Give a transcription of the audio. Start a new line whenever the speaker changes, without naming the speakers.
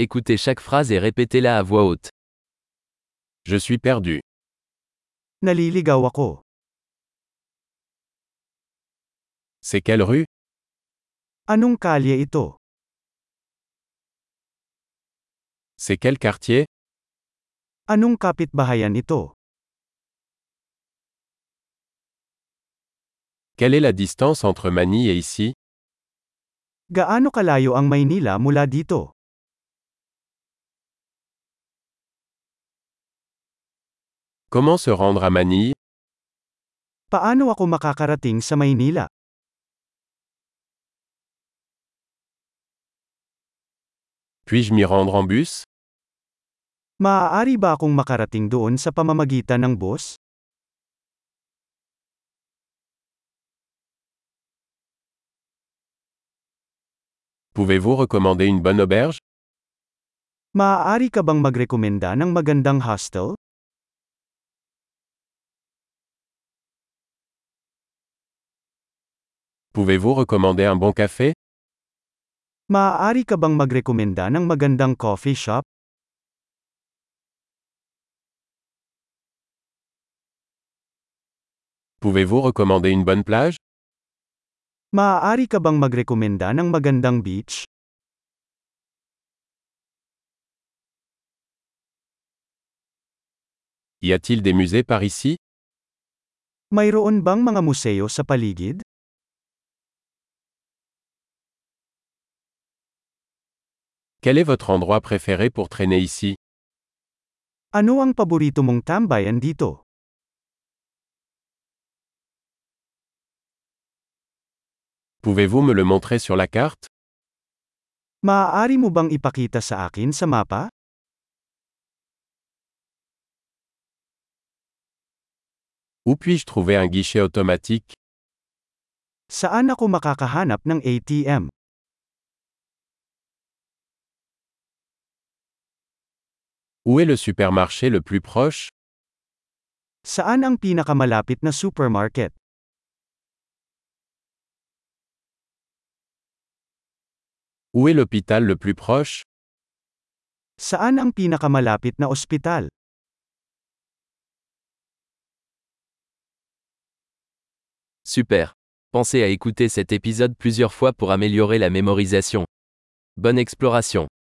Écoutez chaque phrase et répétez-la à voix haute.
Je suis perdu.
Naliligaw ako.
C'est quelle rue
Anong kalye ito?
C'est quel quartier
Anong kapitbahayan ito?
Quelle est la distance entre Manille et ici
Gaano kalayo ang Maynila mula dito?
Comment se rendre à Manille
Paano ako makakarating sa Maynila?
Puis-je m'y rendre en bus
Maaari ba akong makarating doon sa pamamagitan ng bus?
Pouvez-vous recommander une bonne auberge
Maaari ka bang magrekomenda ng magandang hostel?
Pouvez-vous recommander un bon café
Maaari ka bang magrekomenda ng magandang coffee shop?
Pouvez-vous recommander une bonne plage
Maaari ka bang magrekomenda ng magandang beach?
Y a-t-il des musées par ici
Mayroon bang mga museo sa paligid?
Quel est votre endroit préféré pour traîner ici
Ano ang paborito mong tambayan dito?
Pouvez-vous me le montrer sur la carte
Maaari mo bang ipakita sa akin sa mapa?
Où puis-je trouver un guichet automatique
Saan ako makakahanap ng ATM?
Où est le supermarché le plus proche
Saan ang pinakamalapit na supermarket?
Où est l'hôpital le plus proche
Saan ang pinakamalapit na ospital?
Super. Pensez à écouter cet épisode plusieurs fois pour améliorer la mémorisation. Bonne exploration.